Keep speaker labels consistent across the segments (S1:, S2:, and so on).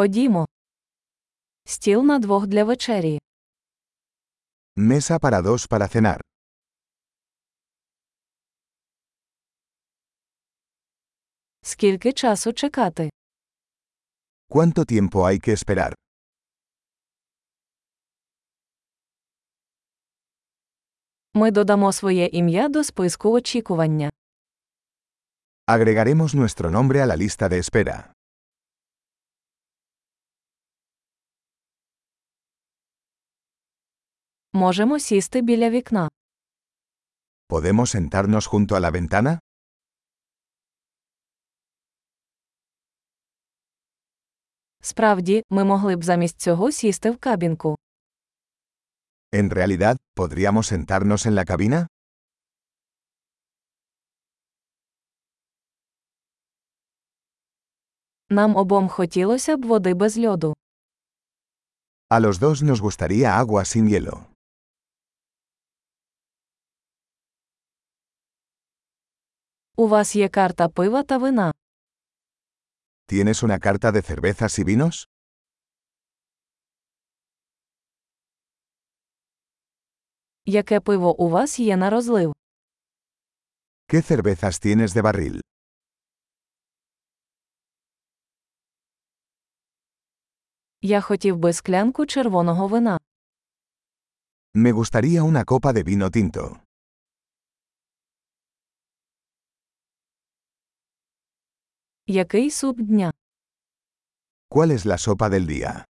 S1: Ходімо. Стіл на двох для вечері.
S2: Mesa para dos para cenar.
S1: Скільки часу чекати?
S2: ¿Cuánto tiempo hay que esperar?
S1: Ми додамо своє ім'я до списку очікування.
S2: Agregaremos nuestro nombre a la lista de espera.
S1: Можемо сісти біля вікна.
S2: ¿Podemos sentarnos junto a la ventana?
S1: Справді, ми могли б замість цього сісти в кабінку.
S2: En realidad, ¿podríamos sentarnos en la cabina?
S1: Нам обом хотілося б води без льоду.
S2: A los dos nos gustaría agua sin hielo.
S1: У вас є карта пива та вина.
S2: ¿Tienes una carta de cervezas y vinos?
S1: Яке пиво у вас є на розлив?
S2: ¿Qué cervezas tienes de barril?
S1: Я хотів би склянку червоного вина.
S2: Me gustaría una copa de vino tinto.
S1: Який суп дня?
S2: ¿Cuál es la sopa del día?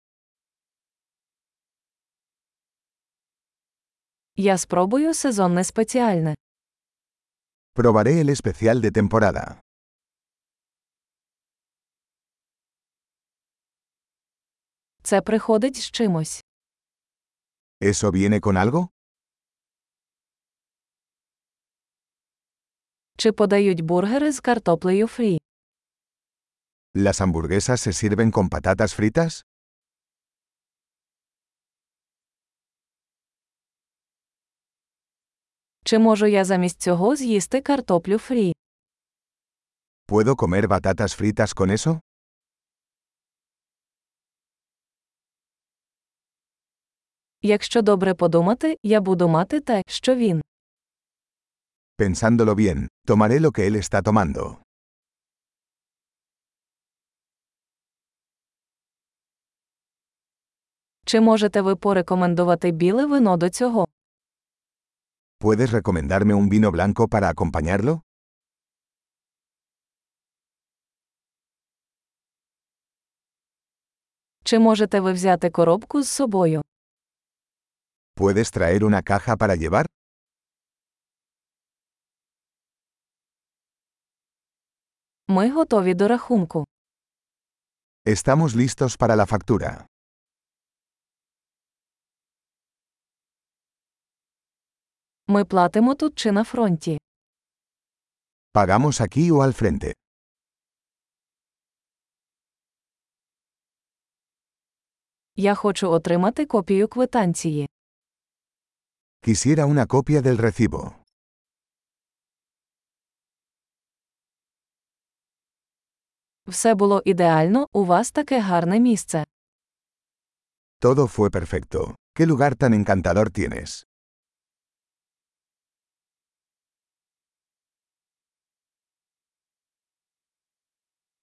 S1: Я спробую сезонне спеціальне.
S2: Probaré el especial de temporada.
S1: Це приходить з чимось.
S2: ¿Eso viene con algo?
S1: Чи подають бургери з картоплею фрі?
S2: ¿Las hamburguesas se sirven con patatas fritas?
S1: Чи можу я замість цього з'їсти картоплю фрі?
S2: ¿Puedo comer batatas fritas con eso?
S1: Якщо добре подумати, я буду мати те, що він.
S2: Pensándolo bien, tomaré lo que él está tomando.
S1: Чи можете ви порекомендувати біле вино до цього?
S2: ¿Puedes recomendarme un vino blanco para acompañarlo?
S1: Чи можете ви взяти коробку з собою?
S2: ¿Puedes traer una caja para llevar?
S1: Ми готові до рахунку.
S2: Estamos listos para la factura.
S1: Ми платимо тут чи на фронті.
S2: ¿Pagamos aquí o al frente?
S1: Я хочу отримати копію квитанції.
S2: Quisiera una copia del recibo.
S1: Все було ідеально, у вас таке гарне місце.
S2: Todo fue perfecto. ¿Qué lugar tan encantador tienes?